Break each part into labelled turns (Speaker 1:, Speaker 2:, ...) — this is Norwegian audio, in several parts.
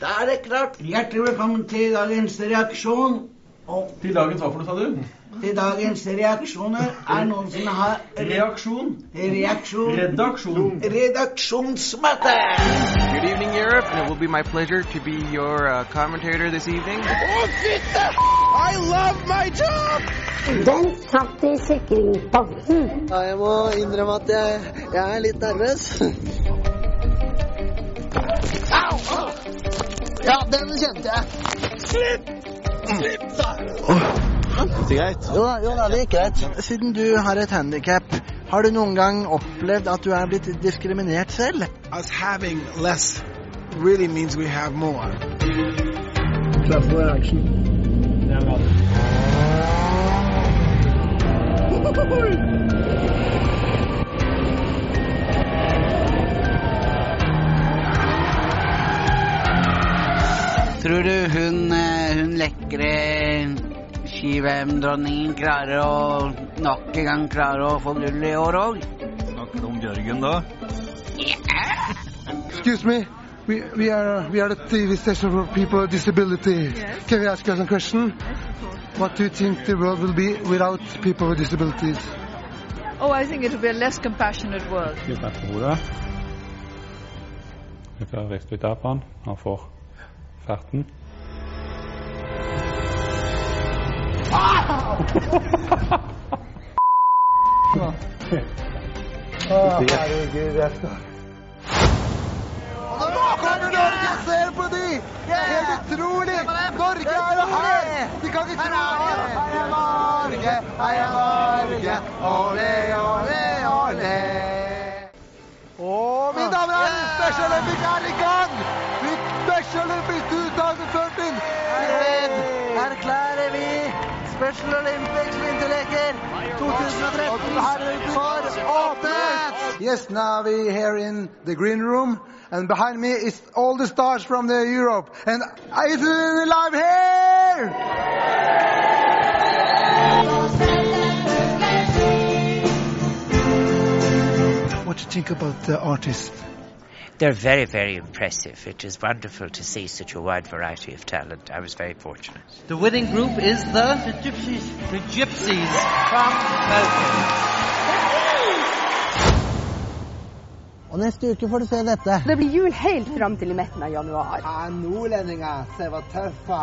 Speaker 1: Da er det klart.
Speaker 2: Hjertelig velkommen til dagens reaksjon. Og
Speaker 3: Til dagens hva for noe, sa du?
Speaker 2: til dagens reaksjoner er noen som har re
Speaker 3: Reaksjon.
Speaker 2: reaksjon
Speaker 3: Redaksjon.
Speaker 1: Redaksjonsmøte!
Speaker 4: Good evening, Europe, and it will be my pleasure to be your uh, commentator this evening.
Speaker 1: Å, fytte! I love my job!
Speaker 5: Den satt i sikringspakten.
Speaker 1: Ja, jeg må innrømme at jeg, jeg er litt nervøs. Au! au. Ja, den kjente jeg. Slipp! Slipp, da! greit. Jo da, jo da, det gikk greit. Siden du har et handikap, har du noen gang opplevd at du er blitt diskriminert selv?
Speaker 6: us having less really means we have more.
Speaker 7: Tror du hun, eh, hun lekre ski-VM-dronningen klarer å nok en gang klarer å få gull i år òg?
Speaker 3: Snakker du om Bjørgen, da?
Speaker 6: Excuse me. We, we are we are a TV station for people with disability. Can we ask you some question? What do you think the world will be without people with disabilities?
Speaker 8: Oh, I think it'll be a less compassionate world.
Speaker 9: Vi snakker med Oda Vi får rist litt av på han. Han får ferten.
Speaker 1: Nå kommer Norge og ser på de! Helt utrolig! Norge er jo her! De kan ikke tro det! Heia Norge, heia Norge! Ole, ole, ole! Og mine damer og herrer, Special Olympic er i gang! Vi Special Olympic 2014 herved erklærer vi Special Olympics vinterleker 2013 herved for åpnet!
Speaker 6: Yes, now we here in the green room, and behind me is all the stars from the Europe, and it's live here. What do you think about the artist?
Speaker 7: They're very, very impressive. It is wonderful to see such a wide variety of talent. I was very fortunate.
Speaker 1: The winning group is the the Gypsies. The Gypsies from Melbourne. Og neste uke får du se dette.
Speaker 10: Det blir jul helt fram til i midten av januar.
Speaker 1: Er nordlendinger, se hva tøffe.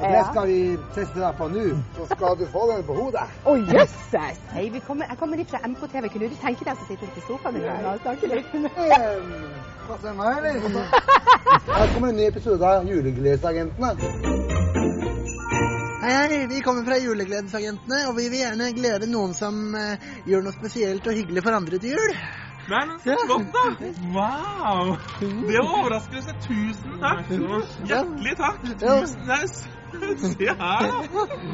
Speaker 1: Og
Speaker 10: det Ja. skal
Speaker 1: vi teste deg på nå. Så skal du få den på hodet.
Speaker 10: Å, jøsses! Hei, vi kommer, jeg kommer litt fra MKTV. Kunne du tenke deg å sitte oppe i sofaen i dag og snakke litt?
Speaker 1: Passer meg, eller? Her kommer en ny episode av Julegledesagentene. Hei, hei, vi kommer fra Julegledesagentene, og vi vil gjerne glede noen som eh, gjør noe spesielt og hyggelig for andre til jul.
Speaker 3: Nei, men så flott, da! Wow! Det var overraskelse. Tusen takk. Hjertelig takk. Tusen takk. Se her, da.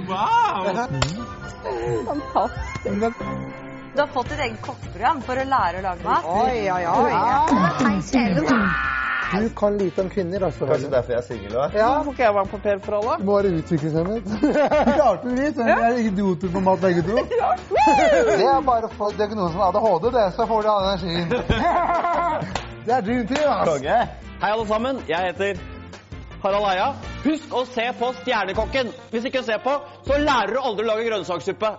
Speaker 3: Wow!
Speaker 10: Fantastisk.
Speaker 8: Du har fått ditt eget kokkeprogram for å lære å lage mat.
Speaker 10: Oi, oi, oi.
Speaker 6: Du kan lite om kvinner, altså. Kanskje derfor jeg er singel òg. Ja, må ikke jeg være på Per for alle? Bare utviklingshemmet. Klarte det litt. Vi er idioter på mat, begge to. Det er bare å få diagnosen ADHD, det, så får du all energien. Det er dream team, ass.
Speaker 7: Hei, alle sammen. Jeg heter Harald Eia. Husk å se på Stjernekokken. Hvis ikke du ser på, så lærer du aldri å lage grønnsakssuppe.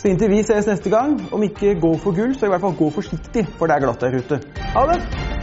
Speaker 7: Så inntil vi ses neste gang, om ikke gå for gull, så i hvert fall gå forsiktig, for det er glatt der ute. Ha det!